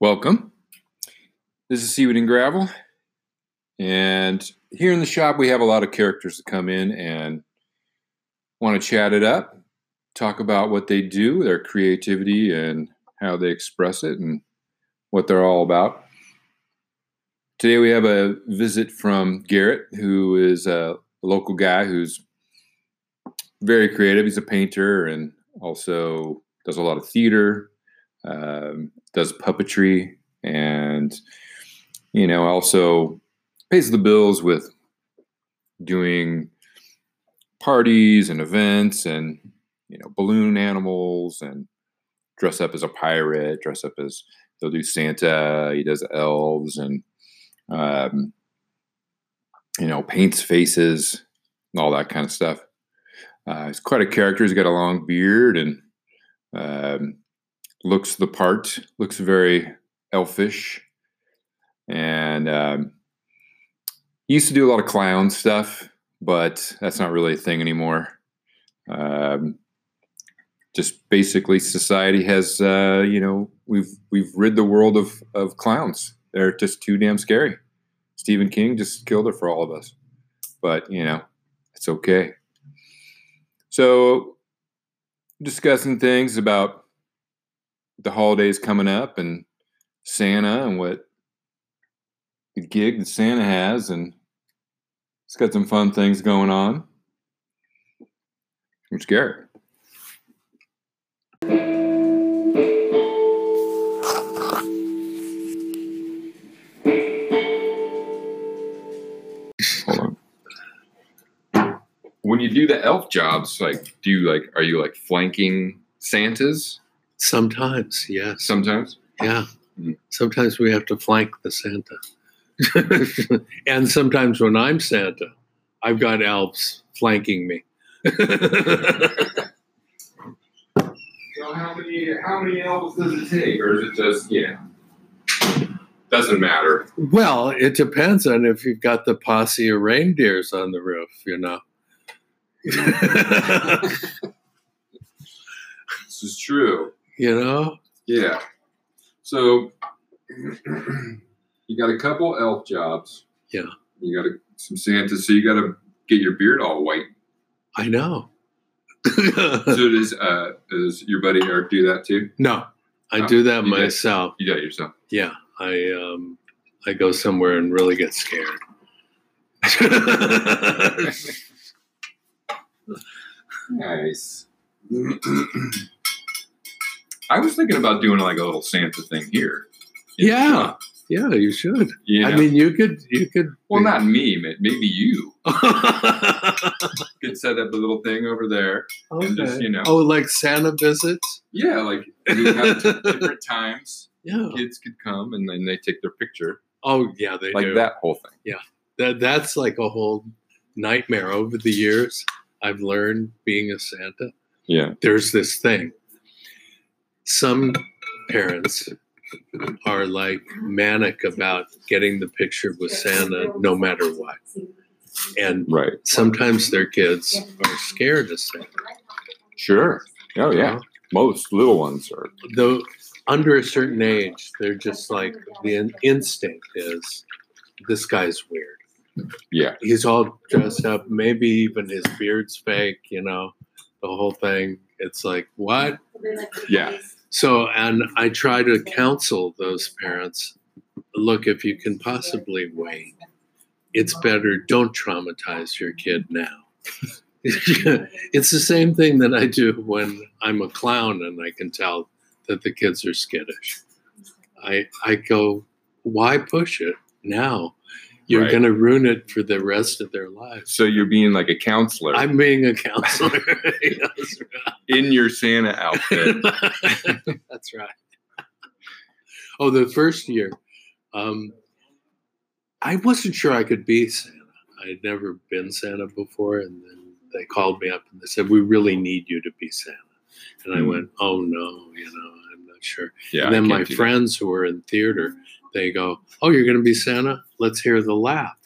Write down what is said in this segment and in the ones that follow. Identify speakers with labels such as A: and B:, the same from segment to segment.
A: Welcome. This is Seaweed and Gravel. And here in the shop, we have a lot of characters that come in and want to chat it up, talk about what they do, their creativity, and how they express it, and what they're all about. Today, we have a visit from Garrett, who is a local guy who's very creative. He's a painter and also does a lot of theater, um, does puppetry, and you know also pays the bills with doing parties and events and you know balloon animals and dress up as a pirate, dress up as he'll do Santa. He does elves and um, you know paints faces and all that kind of stuff. Uh, he's quite a character. He's got a long beard and um, looks the part. Looks very elfish. And um, he used to do a lot of clown stuff, but that's not really a thing anymore. Um, just basically, society has uh, you know we've we've rid the world of of clowns. They're just too damn scary. Stephen King just killed it for all of us, but you know it's okay. So, discussing things about the holidays coming up and Santa and what the gig that Santa has, and it's got some fun things going on. I'm scared. Hold on. When you do the elf jobs, like, do you like, are you like flanking Santas
B: Sometimes, yes.
A: sometimes?
B: Yeah.
A: Mm.
B: Sometimes we have to flank the Santa. and sometimes when I'm Santa, I've got elves flanking me.
A: So how many how many elves does it take, or is it just yeah? Doesn't matter.
B: well, it depends on if you've got the posse of reindeers on the roof, you know.
A: This is true.
B: you know?
A: Yeah. So you got a couple elf jobs.
B: Yeah.
A: You got a, some Santa, so you got to get your beard all white.
B: I know.
A: So does uh does your buddy Eric do that too?
B: no, I
A: Oh,
B: do that
A: you did.
B: myself.
A: You do it yourself.
B: Yeah, I um, I go somewhere and really get scared.
A: Nice. I was thinking about doing like a little Santa thing here.
B: yeah, yeah, you should.
A: Yeah.
B: I mean, you could, you could.
A: well, not me, ma- maybe you.
B: okay.
A: could set up a little thing over there. just, you know.
B: Oh, like Santa visits.
A: Yeah, like we have different times
B: Yeah.
A: kids could come and then they take their picture,
B: Oh, yeah, they
A: like
B: do.
A: that whole thing.
B: That that's like a whole nightmare. Over the years, I've learned being a Santa.
A: Yeah.
B: there's this thing. Some parents are like manic about getting the picture with Santa no matter what. And
A: Right.
B: sometimes their kids are scared of Santa.
A: Sure. Oh
B: you
A: yeah.
B: know?
A: Most little ones are.
B: Though under a certain age, they're just like the in- instinct is this guy's weird.
A: Yeah.
B: He's all dressed up, maybe even his beard's fake, you know, the whole thing. It's like, what?
A: Yeah.
B: So, and I try to counsel those parents look, if you can possibly wait, it's better don't traumatize your kid now. it's the same thing that I do when I'm a clown and I can tell that the kids are skittish. I, I go, why push it now? You're
A: Right.
B: going to ruin it for the rest of their lives.
A: So you're being like a counselor
B: I'm being a counselor.
A: in your Santa outfit.
B: That's right. Oh, the first year, um, I wasn't sure I could be Santa. I had never been Santa before, and then they called me up and they said, "We really need you to be Santa." And I
A: Hmm.
B: went, "Oh no, you know, I'm not sure."
A: Yeah.
B: and then
A: I
B: my
A: can't do that.
B: friends who were in theater, they go, "Oh, you're going to be Santa? Let's hear the laugh."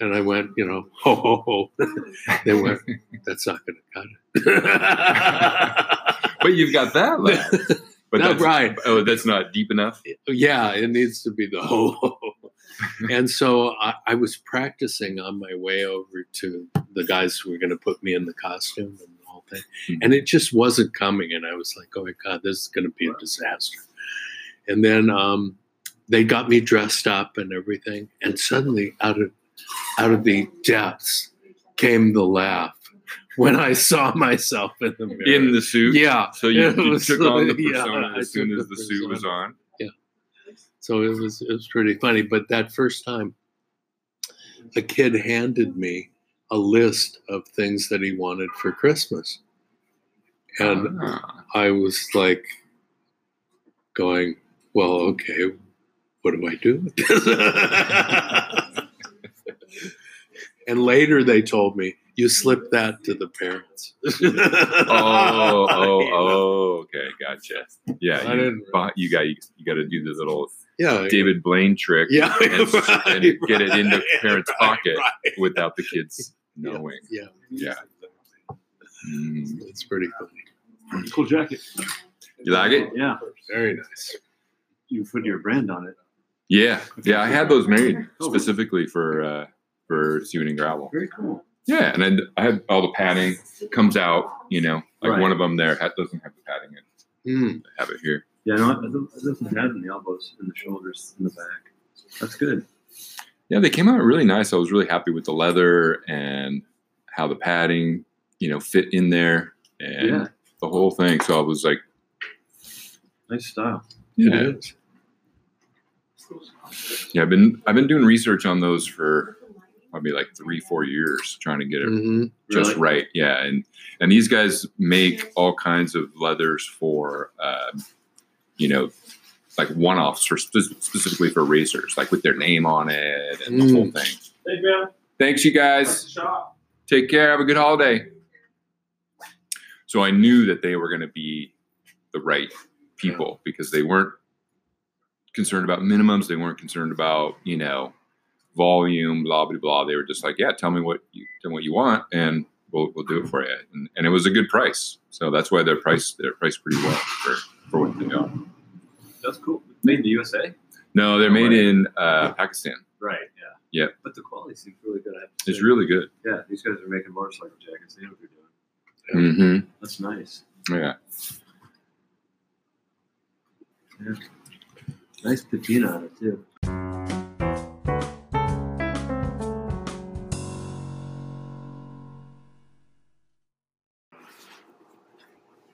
B: And I went, you know, "Oh, ho ho ho. they went, "That's not going to cut it."
A: But you've got that. Laugh. But
B: No,
A: that's,
B: right.
A: oh, that's not deep enough.
B: yeah, it needs to be the ho ho. ho. and so I, I was practicing on my way over to the guys who were going to put me in the costume and the whole thing.
A: Mhm.
B: And it just wasn't coming. And I was like, oh my God, this is going to be a disaster. And then um, they got me dressed up and everything. And suddenly, out of out of the depths came the laugh when I saw myself in the mirror.
A: In the suit.
B: yeah.
A: So you,
B: It
A: you
B: was-
A: took on the
B: yeah,
A: persona
B: I
A: as soon
B: took
A: as the suit was
B: persona.
A: on.
B: So it was it was pretty funny. But that first time, a kid handed me a list of things that he wanted for Christmas, and
A: Ah.
B: I was like, going, "Well, okay, what do I do?" with this?" and later they told me, "You slipped that to the parents."
A: Oh, oh, oh. Okay, gotcha. Yeah,
B: I
A: you,
B: didn't-
A: but you got you, got to do the little
B: yeah,
A: David Blaine trick
B: Yeah,
A: and,
B: right,
A: and get it into
B: right,
A: parents'
B: right,
A: pocket
B: right.
A: without the kids knowing.
B: Yeah.
A: Yeah. Mm.
B: It's pretty funny.
C: Cool jacket.
A: You like it?
C: Yeah.
B: Very nice.
C: You put your brand on it.
A: Yeah, yeah. I had those made specifically for uh, for Sewing and Gravel.
C: Very cool.
A: Yeah, and then I had all the padding comes out. You know, like
C: Right.
A: one of them there ha- doesn't have the padding. in.
B: Mm.
A: I have it here.
C: Yeah, no, it doesn't- it doesn't have in the elbows and the shoulders and the back. That's good.
A: Yeah, they came out really nice. I was really happy with the leather and how the padding, you know, fit in there and
C: Yeah.
A: the whole thing. So I was like,
C: Nice style.
B: It
A: yeah,
B: is.
A: yeah. I've been I've been doing research on those for probably like three, four years, trying to get it
B: Mhm.
A: just
C: Really?
A: right. Yeah, and and these guys make all kinds of leathers for, um, you know, like one-offs for spe- specifically for racers, like with their name on it and the whole thing.
C: Hey, man.
A: Thanks, you guys. Take care. Have a good holiday. So I knew that they were going to be the right people because they weren't concerned about minimums. They weren't concerned about you know volume, blah blah blah. They were just like, yeah, tell me what you tell me what you want, and we'll we'll do it for you. And, and it was a good price, so that's why they're priced they're priced pretty well for for what they are.
C: That's cool. Made in the USA?
A: No, they're made in uh, Pakistan.
C: Right, yeah.
A: Yeah.
C: But the quality seems really good. I have to
A: It's
C: say.
A: really good.
C: Yeah, these guys are making motorcycle jackets. They know what they're doing.
A: Mm-hmm.
C: That's nice.
A: Yeah.
C: Nice patina on it, too.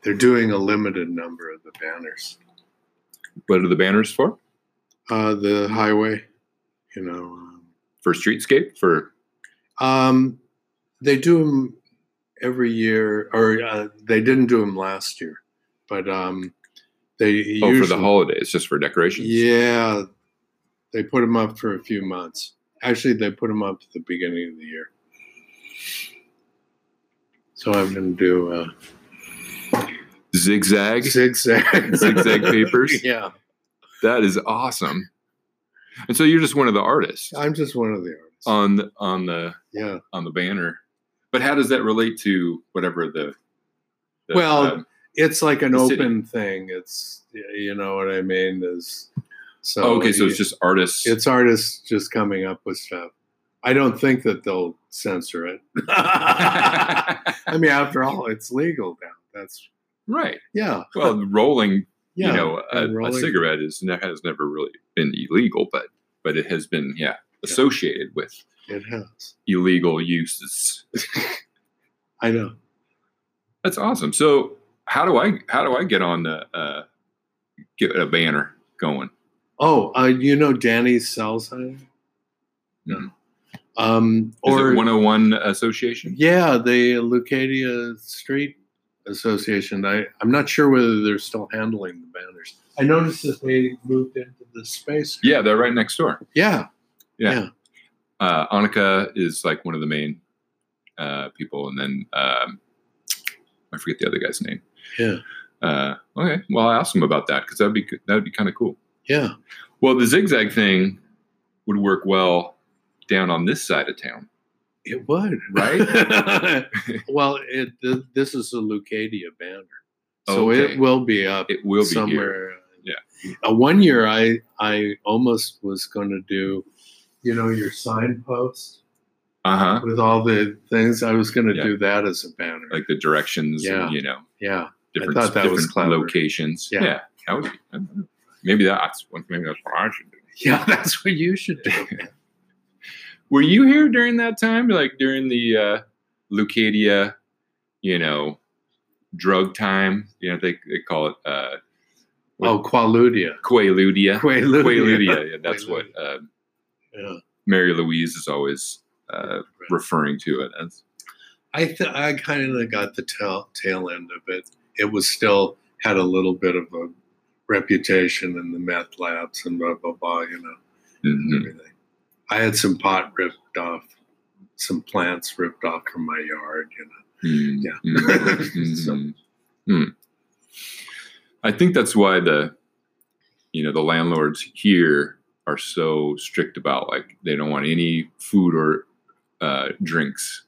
B: They're doing a limited number of the banners.
A: What are the banners for?
B: Uh, the highway, you know.
A: For streetscape? For oh,
B: Um, um, they do them every year, or uh, they didn't do them last year, but um, they
A: oh,
B: usually,
A: for the holidays, just for decorations.
B: Yeah, they put them up for a few months. Actually, they put them up at the beginning of the year. So I'm going to do uh,
A: Zigzag.
B: zigzag
A: Zigzag papers?
B: yeah,
A: That is awesome. And so you're just one of the artists
B: I'm just one of the artists.
A: on the, on the
B: yeah.
A: on the banner. But how does that relate to whatever the, the
B: Well,
A: um,
B: it's like an
A: The city.
B: open thing. It's you know what I mean. Is so
A: oh, okay, so it's just artists.
B: it's artists just coming up with stuff. I don't think that they'll censor it. I mean, after all, it's legal now. That's
A: right.
B: yeah,
A: Well, rolling,
B: yeah.
A: you know, a,
B: and
A: a
B: rolling.
A: cigarette is ne- has never really been illegal, but but it has been yeah associated with
B: It has.
A: illegal uses.
B: I know.
A: That's awesome. So how do I how do I get on the uh, get a banner going?
B: Oh, uh, you know Danny's Salzheim?
A: No.
B: Um,
A: Mm-hmm. Is
B: or
A: it 101 Association?
B: yeah, the Lucadia Street Association. I, I'm not sure whether they're still handling the banners. I noticed that they moved into this space.
A: Yeah, they're right next door.
B: Yeah.
A: Uh, Annika is like one of the main uh, people, and then um, I forget the other guy's name.
B: Yeah.
A: Uh, okay. Well, I'll ask him about that because that'd be that would be kind of cool.
B: Yeah.
A: Well, the zigzag thing would work well down on this side of town.
B: It would,
A: Right?
B: well, it th- this is a Lucadia banner, So
A: Okay.
B: it will be up
A: It will be here.
B: somewhere. Yeah. Uh, one year, I I almost was going to do, you know, your signpost
A: Uh huh.
B: with all the things. I was going to
A: Yeah.
B: do that as a banner.
A: Like the directions,
B: Yeah.
A: and, you know,
B: yeah,
A: different,
B: thought that was
A: different
B: clever.
A: locations.
B: Yeah.
A: That would be, I don't know. maybe that's what- maybe that's what I should do.
B: yeah, that's what you should do.
A: Were you here during that time? Like during the uh, Leucadia, you know, drug time? You know, they, they call it uh,
B: oh, Qualudia.
A: Quaaludia.
B: Quaaludia.
A: Quaaludia. Yeah, that's what uh,
B: Yeah.
A: Mary Louise is always uh, referring to it as.
B: I th- I kind of got the tail tail end of it. It was still had a little bit of a reputation in the meth labs and blah blah blah. You know.
A: Mhm.
B: everything. I had some pot ripped off, some plants ripped off from my yard, you know.
A: Mm,
B: Yeah.
A: mm, mm,
B: So-
A: mm. I think that's why the you know the landlords here are so strict about like they don't want any food or uh, drinks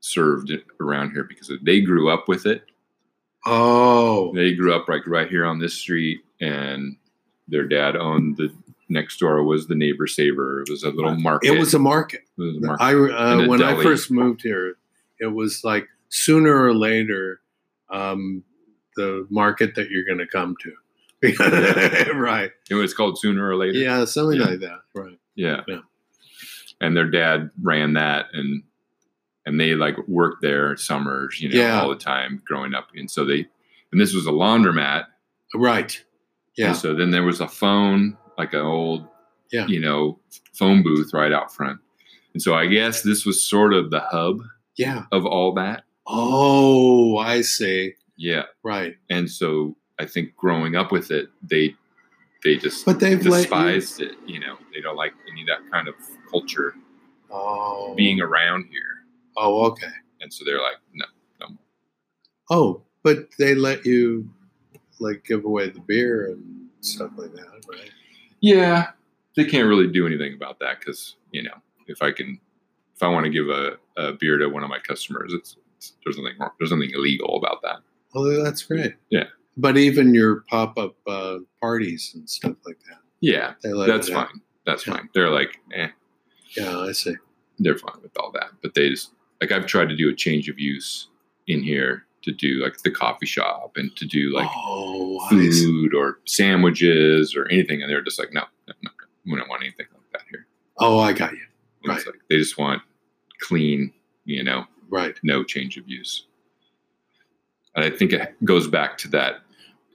A: served around here because they grew up with it.
B: Oh,
A: They grew up like right here on this street, and their dad owned the next door was the neighbor saver. It was a little market.
B: it was a market.
A: It was a market.
B: I
A: And
B: uh,
A: a
B: when I
A: deli.
B: first moved here, it was like sooner or later, um, the market that you're going to come to. right.
A: It was called sooner or later.
B: Yeah, something
A: Yeah.
B: like that. Right.
A: Yeah.
B: Yeah.
A: And their dad ran that and and they like worked there summers, you know,
B: Yeah.
A: all the time growing up. And so they and this was a laundromat.
B: Right. Yeah.
A: And so then there was a phone, like an old
B: Yeah.
A: you know, phone booth right out front. And so I guess this was sort of the hub
B: Yeah.
A: of all that.
B: Oh, I see.
A: Yeah.
B: Right.
A: And so I think growing up with it, they they just
B: But they've let you.
A: despised it, you know. They don't like any of that kind of culture
B: Oh.
A: being around here.
B: Oh, okay.
A: And so they're like, no,
B: Oh, but they let you like give away the beer and stuff like that, right?
A: Yeah, they can't really do anything about that because you know, if I can, if I want to give a, a beer to one of my customers, it's, it's there's nothing wrong, there's nothing illegal about that.
B: Well, that's great.
A: Yeah.
B: But even your pop up uh, parties and stuff like that,
A: Yeah,
B: they let
A: that's
B: it out.
A: fine. That's
B: Yeah.
A: fine. They're like, eh,
B: Yeah, I see.
A: they're fine with all that. But they just like I've tried to do a change of use in here to do like the coffee shop and to do like
B: oh, I see.
A: food or sandwiches or anything, and they're just like, no, no, no, we don't want anything like that here.
B: oh, I got you.
A: And It's like they just want clean, you know,
B: Right.
A: no change of use. And I think it goes back to that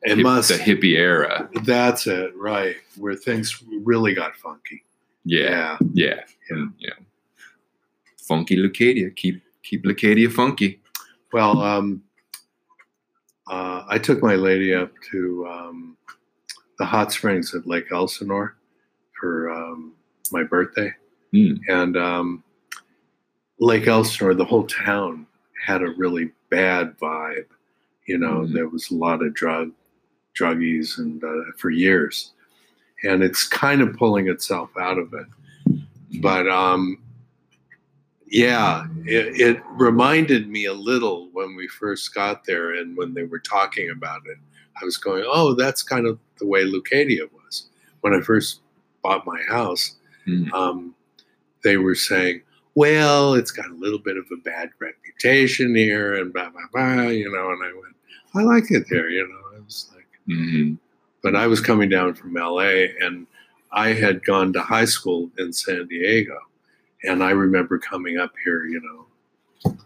B: It
A: hip-
B: must.
A: the hippie era.
B: that's it. Right. Where things really got funky.
A: Yeah,
B: Yeah.
A: yeah, And, you know, funky Lucadia, keep keep Lucadia funky.
B: Well, um, uh, I took my lady up to um, the hot springs at Lake Elsinore for um, my birthday.
A: Mm.
B: And um, Lake Elsinore, the whole town had a really bad vibe. You know,
A: Mhm.
B: there was a lot of drug druggies and uh, for years. And it's kind of pulling itself out of it. But um, yeah, it, it reminded me a little when we first got there and when they were talking about it. I was going, oh, that's kind of the way Lucadia was. When I first bought my house,
A: Mm.
B: um, they were saying, well, it's got a little bit of a bad reputation here and blah, blah, blah, you know. And I went, I like it there, you know. I was like,
A: hmm
B: but I was coming down from LA and I had gone to high school in San Diego. And I remember coming up here, you know,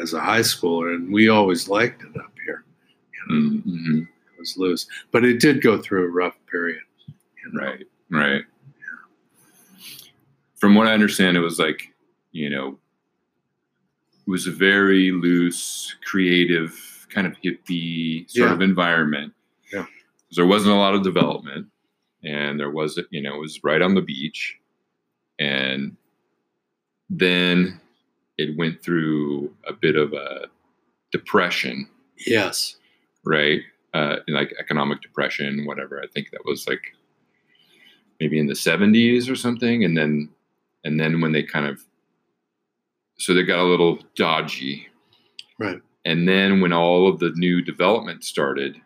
B: as a high schooler, and we always liked it up here.
A: hmm
B: It was loose, but it did go through a rough period. you know.
A: Right, right. From what I understand, it was like you know, it was a very loose, creative kind of hippie sort
B: Yeah.
A: of environment.
B: Yeah.
A: there wasn't a lot of development, and there was you know it was right on the beach, and then it went through a bit of a depression
B: Yes.
A: right? Uh, in, like economic depression, whatever. I think that was like maybe in the seventies or something, and then and then when they kind of so they got a little dodgy,
B: Right.
A: And then when all of the new development started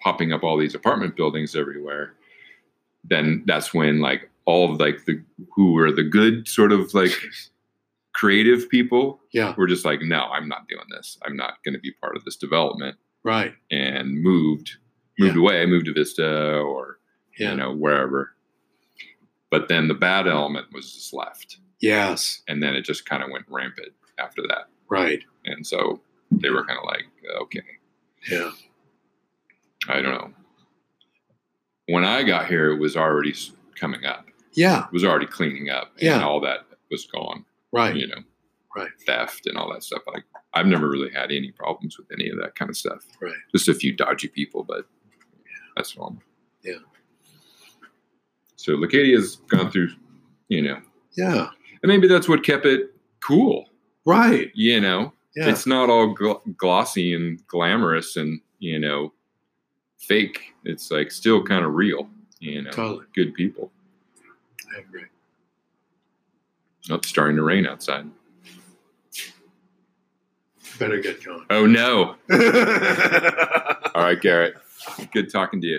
A: popping up all these apartment buildings everywhere, then that's when like all of like the who were the good sort of like creative people
B: Yeah.
A: were just like, no, I'm not doing this. I'm not going to be part of this development
B: Right.
A: and moved, moved
B: Yeah.
A: away, moved to Vista or,
B: Yeah.
A: you know, wherever. But then the bad element was just left.
B: Yes.
A: And then it just kind of went rampant after that.
B: Right.
A: And so they were kind of like, okay,
B: Yeah.
A: I don't know. When I got here, it was already s- coming up.
B: Yeah.
A: It was already cleaning up, and
B: Yeah.
A: all that was gone.
B: Right.
A: You know,
B: Right.
A: Theft and all that stuff. Like I've never really had any problems with any of that kind of stuff.
B: Right.
A: Just a few dodgy people, but that's normal.
B: Yeah.
A: So Lacadia's gone through, you know,
B: Yeah.
A: and maybe that's what kept it cool.
B: Right.
A: You know,
B: Yeah.
A: it's not all gl- glossy and glamorous and you know fake it's like still kind of real you know
B: Totally.
A: good people
B: I agree.
A: oh, it's starting to rain outside
B: Better get going.
A: oh no all right garrett good talking to you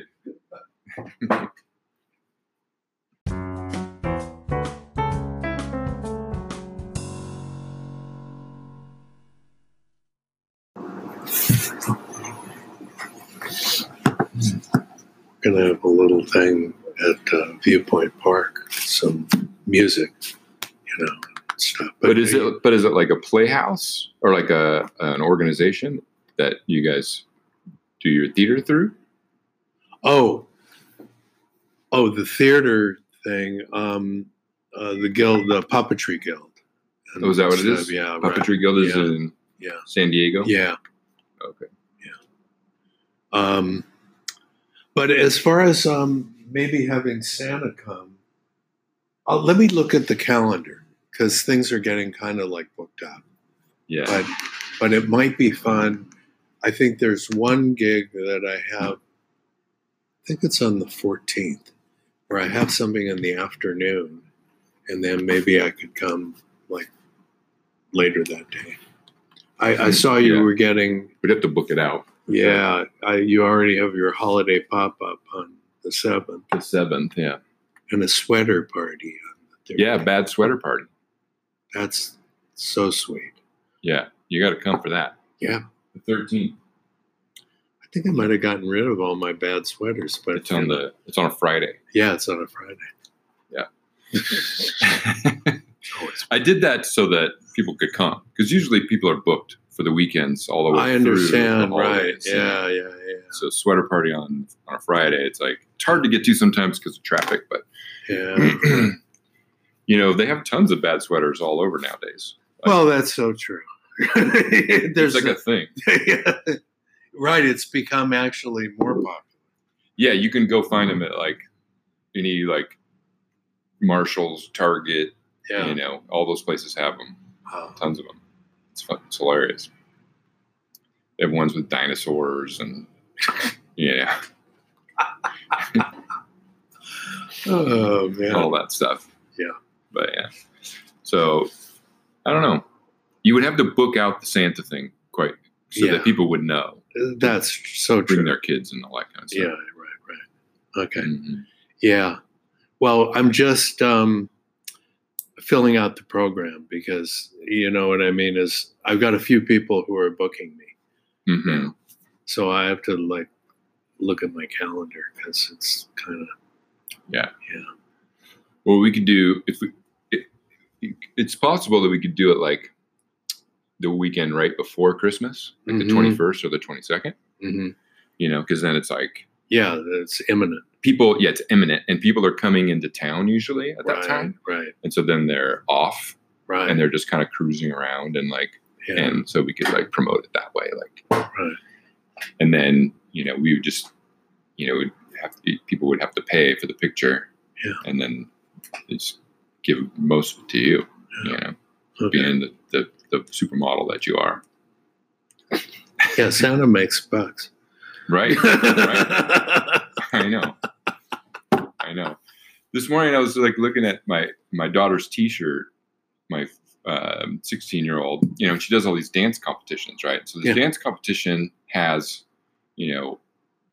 B: gonna have a little thing at uh, Viewpoint Park, some music, you know, stuff.
A: but is it but is it like a playhouse or like a an organization that you guys do your theater through
B: Oh, oh, the theater thing. Um, uh, the guild, the puppetry guild.
A: Oh, is that what it is?
B: Yeah,
A: puppetry guild is
B: Yeah.
A: in
B: Yeah.
A: san diego
B: Right. Yeah.
A: okay
B: Um, but as far as um, maybe having Santa come, uh, let me look at the calendar because things are getting kind of like booked up.
A: yeah
B: But but it might be fun. I think there's one gig that I have. I think it's on the 14th, where I have something in the afternoon, and then maybe I could come like later that day. I, I saw you
A: Yeah.
B: were getting
A: we'd have to book it out
B: yeah, I, you already have your holiday pop up on the seventh
A: the seventh yeah
B: and a sweater party. On the 30th.
A: yeah bad sweater party
B: that's so sweet.
A: Yeah, you got to come for that.
B: Yeah.
A: the thirteenth.
B: I think I might have gotten rid of all my bad sweaters, but
A: It's on the. It's on a Friday.
B: yeah, it's on a Friday. Oh, it's,
A: I did that so that people could come because usually people are booked for the weekends all the way.
B: I
A: through
B: understand,
A: the
B: right?
A: holidays.
B: Yeah, yeah,
A: So sweater party on on a Friday. It's like it's hard to get to sometimes because of traffic, but
B: yeah, yeah.
A: you know they have tons of bad sweaters all over nowadays.
B: well, that's so true.
A: There's
B: There's
A: like a thing.
B: a- right. It's become actually more popular.
A: Yeah, you can go find them at like any like Marshalls, Target.
B: Yeah.
A: You know, all those places have them.
B: Wow.
A: tons of them. It's fun. It's hilarious. They have ones with dinosaurs and yeah,
B: Oh man.
A: all that stuff.
B: Yeah.
A: but yeah. So I don't know. You would have to book out the Santa thing quite so
B: Yeah.
A: that people would know,
B: That's so
A: bring
B: true.
A: their kids and all that kind of
B: Yeah,
A: stuff.
B: right, right. Okay.
A: Mhm.
B: Yeah. Well, I'm just um, filling out the program because you know what I mean is I've got a few people who are booking me,
A: Mhm.
B: so I have to like look at my calendar because it's kind of
A: Well, we could do if we. It, it's possible that we could do it like the weekend right before Christmas, like
B: Mhm.
A: the twenty first or the twenty second. Mm-hmm. You know, because then it's like
B: yeah, it's imminent
A: people yeah it's imminent and people are coming into town usually at
B: right,
A: that time
B: Right,
A: and so then they're off
B: right,
A: and they're just kind of cruising around and like
B: yeah,
A: and so we could like promote it that way like
B: right,
A: and then you know we would just you know would have to, people would have to pay for the picture
B: Yeah.
A: and then just give most of it to you you
B: yeah.
A: know
B: Okay.
A: being the, the the supermodel that you are
B: yeah, Santa makes bucks.
A: right right I know. I know. This morning I was like looking at my my daughter's T-shirt, my um, 16 year old, you know, and she does all these dance competitions, right? So this
B: Yeah.
A: dance competition has, you know,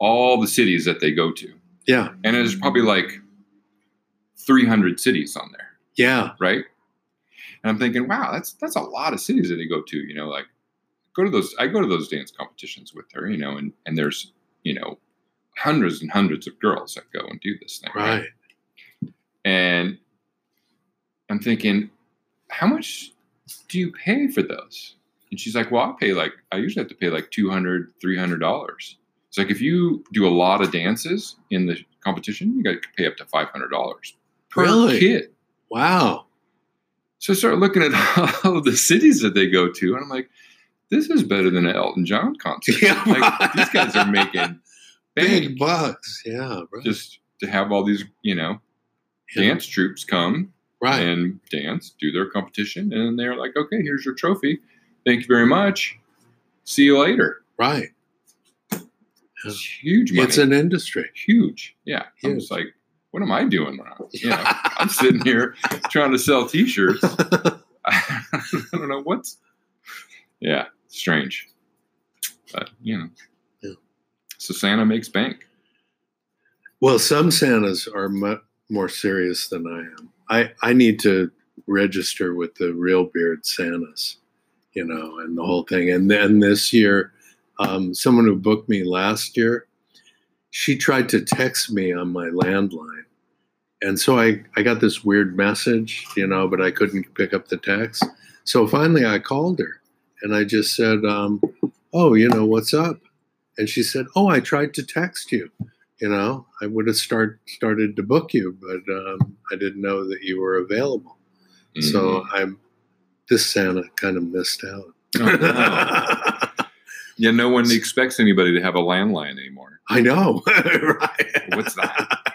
A: all the cities that they go to.
B: Yeah.
A: And there's probably like 300 cities on there,
B: Yeah.
A: right? And I'm thinking, wow, that's that's a lot of cities that they go to, you know, like go to those I go to those dance competitions with her, you know, and and there's, you know, hundreds and hundreds of girls that go and do this thing.
B: Right.
A: And I'm thinking, how much do you pay for those? And she's like, well, I pay like, I usually have to pay like $200, $300. It's like, if you do a lot of dances in the competition, you got to pay up to $500 per
B: Really?
A: kid.
B: Wow.
A: So I start looking at all the cities that they go to, and I'm like, this is better than an Elton John concert.
B: Yeah,
A: like,
B: right.
A: these guys are making
B: Big
A: big
B: bucks. Yeah. Right.
A: just to have all these, you know,
B: Yeah.
A: dance troops come
B: right.
A: and dance, do their competition, and they're like, "Okay, here's your trophy. Thank you very much. See you later."
B: Right.
A: It's huge money.
B: It's an industry.
A: huge. Yeah, I was
B: Huge.
A: like, "What am I doing wrong?" You know, I'm sitting here trying to sell T-shirts. I don't know what's. Yeah, strange, but you know.
B: Yeah.
A: So Santa makes bank.
B: Well, some Santas are mu- more serious than I am. I, I need to register with the real beard Santas, you know, and the whole thing. And then this year, um, someone who booked me last year, she tried to text me on my landline. And so I, I got this weird message, you know, but I couldn't pick up the text. So finally I called her and I just said, um, Oh, you know, what's up? And she said, Oh, I tried to text you you know, I would have start started to book you, but um, I didn't know that you were available. So
A: Mm-hmm.
B: I'm this Santa kind of missed out.
A: Oh, wow. yeah, no one expects anybody to have a landline anymore.
B: I know, right?
A: What's that?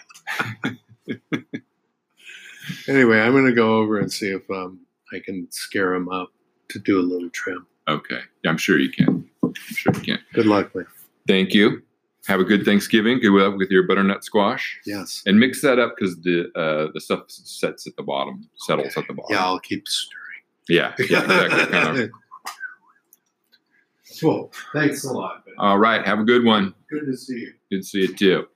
B: Anyway, I'm going to go over and see if um, I can scare him up to do a little trim.
A: Okay, yeah, I'm sure you can. I'm sure you can.
B: Good luck, man.
A: Thank you. Have a good Thanksgiving. Good luck with your butternut squash,
B: Yes.
A: and mix that up because the uh, the stuff sets at the bottom, settles at the bottom.
B: Yeah, I'll keep stirring.
A: yeah, yeah, exactly. kind of.
B: Well, thanks a lot. Ben.
A: All right. Have a good one.
B: Good to see you.
A: Good to see you too.